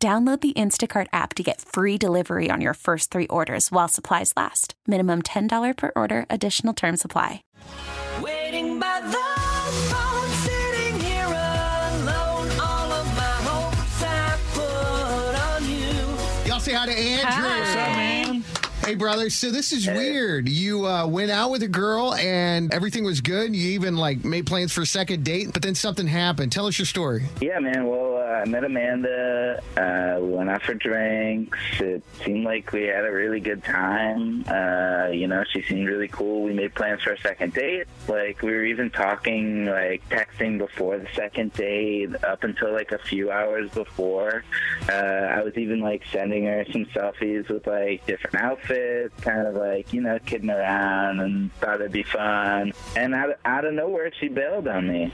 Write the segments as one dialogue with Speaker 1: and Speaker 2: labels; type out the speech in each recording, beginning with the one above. Speaker 1: Download the Instacart app to get free delivery on your first three orders while supplies last. Minimum $10 per order, additional term supply.
Speaker 2: Waiting by the phone, sitting here alone. All of my hopes I put on you.
Speaker 3: Y'all say hi to Andrew. Hey, brother. So this is weird. You uh, went out with a girl and everything was good. You even like made plans for a second date, but then something happened. Tell us your story.
Speaker 4: Yeah, man. Well, uh, I met Amanda. Uh, we went out for drinks. It seemed like we had a really good time. Uh, you know, she seemed really cool. We made plans for a second date. Like, we were even talking, like, texting before the second date up until, like, a few hours before. Uh, I was even, like, sending her some selfies with, like, different outfits, kind of, like, you know, kidding around and thought it'd be fun. And out, out of nowhere, she bailed on me.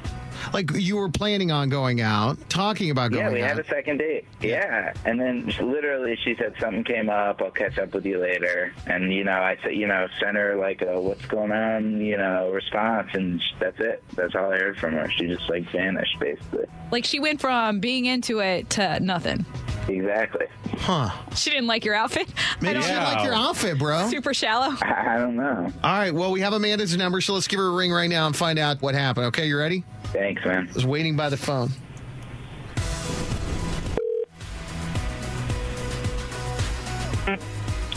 Speaker 3: Like you were planning on going out, talking about going
Speaker 4: Yeah, we
Speaker 3: out.
Speaker 4: had a second date. Yeah, and then literally she said something came up. I'll catch up with you later. And you know, I said, you know, sent her like a what's going on, you know, response, and sh- that's it. That's all I heard from her. She just like vanished, basically.
Speaker 5: Like she went from being into it to nothing.
Speaker 4: Exactly.
Speaker 3: huh?
Speaker 5: She didn't like your outfit.
Speaker 3: Maybe
Speaker 5: I
Speaker 3: she
Speaker 5: don't
Speaker 3: didn't
Speaker 5: know.
Speaker 3: like your outfit, bro.
Speaker 5: Super shallow.
Speaker 4: I, I don't know.
Speaker 3: All right. Well, we have Amanda's number, so let's give her a ring right now and find out what happened. Okay, you ready?
Speaker 4: Thanks, man.
Speaker 3: I was waiting by the phone.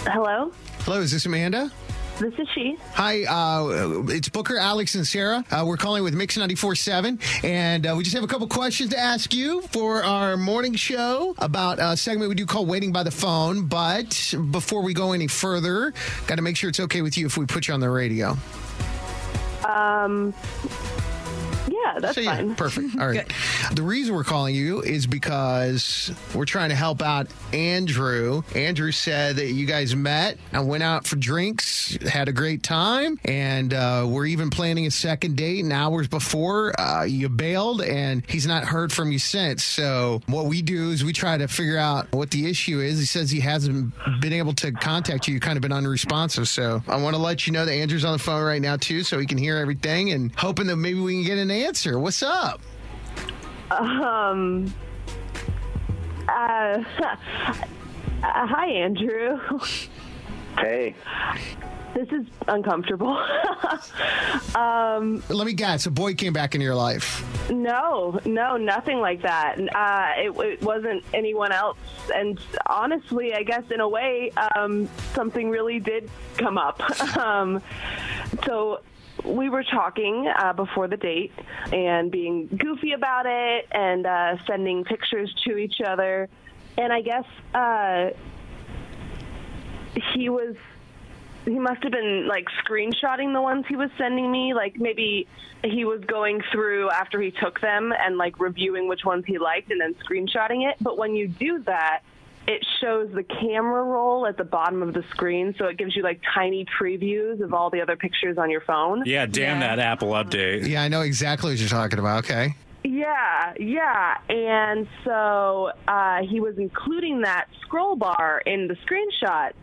Speaker 6: Hello,
Speaker 3: Hello, is this Amanda?
Speaker 6: this is she.
Speaker 3: Hi, uh, it's Booker, Alex, and Sarah. Uh, we're calling with Mix 94.7, and uh, we just have a couple questions to ask you for our morning show about a segment we do call Waiting by the Phone. But before we go any further, got to make sure it's okay with you if we put you on the radio.
Speaker 6: Um, yeah, that's
Speaker 3: So, yeah,
Speaker 6: fine.
Speaker 3: perfect. All right. the reason we're calling you is because we're trying to help out Andrew. Andrew said that you guys met and went out for drinks, had a great time, and uh, we're even planning a second date. And hours before, uh, you bailed, and he's not heard from you since. So what we do is we try to figure out what the issue is. He says he hasn't been able to contact you. You've kind of been unresponsive. So I want to let you know that Andrew's on the phone right now too, so he can hear everything and hoping that maybe we can get an answer. What's up?
Speaker 6: Um, uh, uh, hi, Andrew.
Speaker 4: Hey,
Speaker 6: this is uncomfortable. um,
Speaker 3: Let me guess. A boy came back into your life.
Speaker 6: no, no, nothing like that. Uh, it, it wasn't anyone else. And honestly, I guess in a way, um, something really did come up. um, so we were talking uh, before the date and being goofy about it and uh, sending pictures to each other. And I guess uh, he was. He must have been like screenshotting the ones he was sending me. Like maybe he was going through after he took them and like reviewing which ones he liked and then screenshotting it. But when you do that, it shows the camera roll at the bottom of the screen. So it gives you like tiny previews of all the other pictures on your phone.
Speaker 7: Yeah, damn that Apple update.
Speaker 3: Yeah, I know exactly what you're talking about. Okay.
Speaker 6: Yeah, yeah. And so uh, he was including that scroll bar in the screenshot.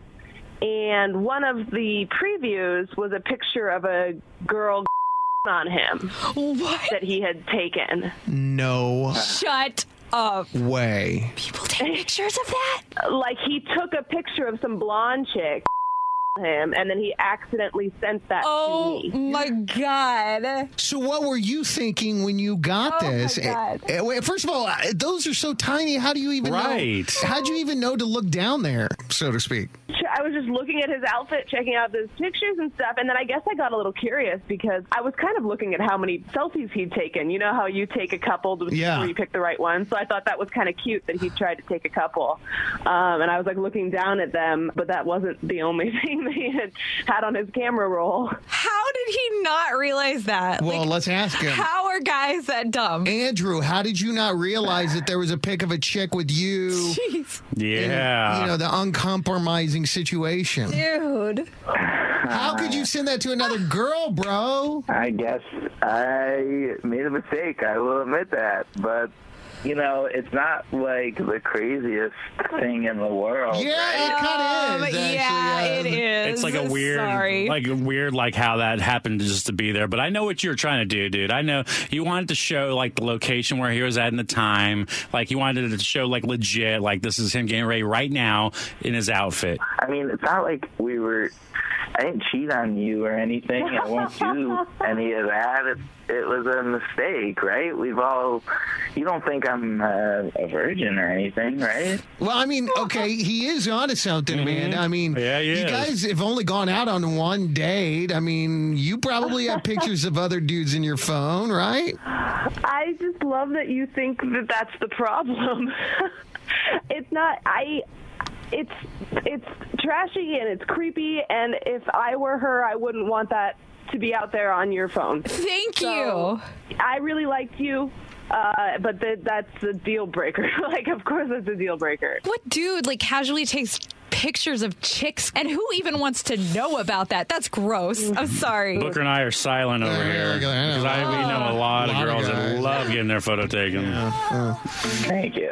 Speaker 6: And one of the previews was a picture of a girl on him
Speaker 5: What?
Speaker 6: that he had taken.
Speaker 3: No
Speaker 5: Shut up.
Speaker 3: way.
Speaker 5: People take pictures of that?
Speaker 6: Like he took a picture of some blonde chick him and then he accidentally sent that
Speaker 5: Oh
Speaker 6: to me.
Speaker 5: my god.
Speaker 3: So, what were you thinking when you got
Speaker 5: Oh, my
Speaker 3: this?
Speaker 5: God.
Speaker 3: Eh, eh, wait, First of all, I- those are so tiny. How do you even know?
Speaker 7: Right.
Speaker 3: How'd you even know to look down there, so to speak?
Speaker 6: Ch- I was just looking at his outfit, checking out his pictures and stuff, and then I guess I got a little curious because I was kind of looking at how many selfies he'd taken. You know how you take a couple to
Speaker 3: Yeah.
Speaker 6: before you pick the right one. So I thought that was kind of cute that he tried to take a couple, um, and I was like looking down at them, but that wasn't the only thing that he had had on his camera roll.
Speaker 5: How did he not realize that?
Speaker 3: Well,
Speaker 5: like,
Speaker 3: let's ask him.
Speaker 5: how are guys that dumb?
Speaker 3: Andrew, how did you not realize that there was a pic of a chick with you?
Speaker 5: Jeez,
Speaker 3: in,
Speaker 7: Yeah.
Speaker 3: you know, the uncompromising situation.
Speaker 5: dude.
Speaker 3: How could you send that to another girl, bro?
Speaker 4: I guess I made a mistake. I will admit that. But, you know, it's not like the craziest thing in the world.
Speaker 3: Yeah, it kind
Speaker 5: Oh, Um,
Speaker 3: of is. actually,
Speaker 5: yeah, it is.
Speaker 7: it's like a weird,
Speaker 5: Sorry.
Speaker 7: like a weird, like how that happened just to be there. But I know what you're trying to do, dude. I know you wanted to show like the location where he was at in the time. Like you wanted to show like legit, like this is him getting ready right now in his outfit.
Speaker 4: I mean, it's not like we were. I didn't cheat on you or anything. I won't do any of that. It, it was a mistake, right? We've all. You don't think I'm uh, a virgin or anything, right?
Speaker 3: Well, I mean, okay, he is onto something, man. I mean,
Speaker 7: Mm-hmm. Yeah, he
Speaker 3: you
Speaker 7: is.
Speaker 3: guys have only gone out on one date. I mean, you probably have pictures of other dudes in your phone, right?
Speaker 6: I just love that you think that that's the problem. it's not. I. It's it's trashy and it's creepy. And if I were her, I wouldn't want that to be out there on your phone.
Speaker 5: Thank
Speaker 6: So, I really liked you. Uh, but th- that's a deal breaker. like, of course, that's a deal breaker.
Speaker 5: you. What dude like casually takes pictures of chicks and who even wants to know about that? That's gross. I'm sorry.
Speaker 7: Booker and I are silent over
Speaker 3: Yeah,
Speaker 7: here
Speaker 3: I know.
Speaker 7: Oh, because I, we know a lot,
Speaker 3: Lot
Speaker 7: of
Speaker 3: of
Speaker 7: girls that
Speaker 3: guys.
Speaker 7: love getting their photo taken.
Speaker 4: Thank you.